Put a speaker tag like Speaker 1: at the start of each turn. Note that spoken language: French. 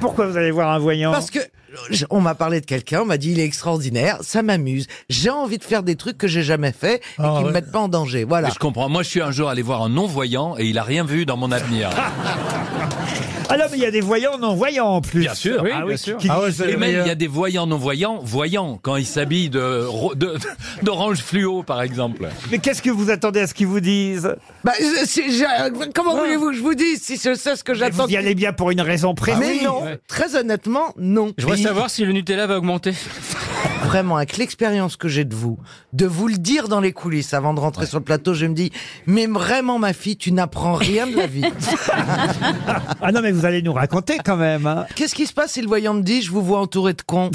Speaker 1: Pourquoi vous allez voir un voyant
Speaker 2: Parce que je- on m'a parlé de quelqu'un, on m'a dit il est extraordinaire, ça m'amuse. J'ai envie de faire des trucs que j'ai jamais fait et
Speaker 1: Ah,
Speaker 2: qui me
Speaker 1: ouais.
Speaker 2: mettent pas en danger. Voilà.
Speaker 3: Mais Je comprends. Moi, je suis un jour allé voir un non-voyant et il a rien vu dans mon avenir.
Speaker 1: Ah non, mais il y a des voyants non-voyants en plus.
Speaker 3: Bien sûr.
Speaker 1: Ah oui, qui-
Speaker 3: Et même, il y a des voyants non-voyants, voyants, quand ils s'habillent de ro- de- d'orange fluo, par exemple.
Speaker 1: Mais qu'est-ce que vous attendez à ce qu'ils vous disent
Speaker 2: Bah, je- c'est- j'ai- euh, comment
Speaker 1: Ouais.
Speaker 2: voulez-vous que je vous dise si je sais ce que
Speaker 1: Vous
Speaker 2: j'attends
Speaker 1: y allez bien pour une raison précise.
Speaker 2: Mais non,
Speaker 4: ouais.
Speaker 2: très honnêtement, non.
Speaker 4: Je voudrais
Speaker 2: Et
Speaker 4: savoir si le Nutella va augmenter.
Speaker 2: Vraiment, avec l'expérience que j'ai de vous, de vous le dire dans les coulisses avant de rentrer sur le plateau, je me dis, mais vraiment ma fille, tu n'apprends rien de la vie.
Speaker 1: Ah non, mais vous allez nous raconter quand même. hein.
Speaker 2: Qu'est-ce qui se passe si le voyant me dit, je vous vois entouré de cons